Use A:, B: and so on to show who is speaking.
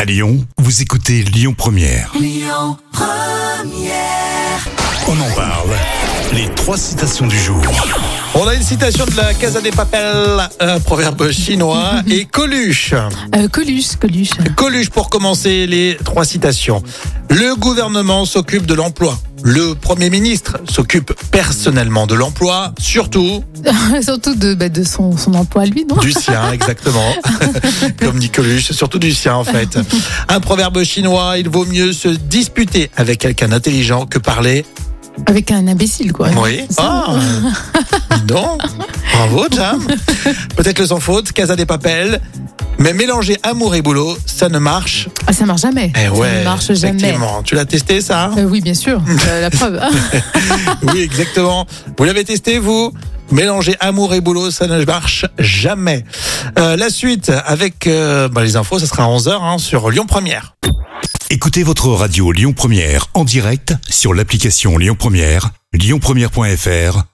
A: À Lyon, vous écoutez Lyon Première. On en parle. Les trois citations du jour.
B: On a une citation de la Casa des Papel, un proverbe chinois, et Coluche.
C: Euh, Coluche, Coluche.
B: Coluche pour commencer les trois citations. Le gouvernement s'occupe de l'emploi. Le Premier ministre s'occupe personnellement de l'emploi, surtout
C: Surtout de, bah, de son, son emploi, lui, non
B: du sien, exactement. Comme dit Coluche, surtout du sien en fait. Un proverbe chinois, il vaut mieux se disputer avec quelqu'un d'intelligent que parler.
C: Avec un imbécile, quoi.
B: Oui.
C: C'est ça.
B: Ah Dis donc Bravo, Jam Peut-être le sans faute, Casa des Papel. Mais mélanger amour et boulot, ça ne marche
C: Ah, ça marche jamais.
B: Eh
C: ça
B: ouais,
C: ne marche jamais.
B: effectivement. Tu l'as testé ça hein
C: Euh, oui, bien sûr. Euh, la preuve.
B: Oui, exactement. Vous l'avez testé vous Mélanger amour et boulot, ça ne marche jamais. Euh, la suite avec euh, bah, les infos, ça sera à 11h sur Lyon Première.
A: Écoutez votre radio Lyon Première en direct sur l'application Lyon Première, lyonpremière.fr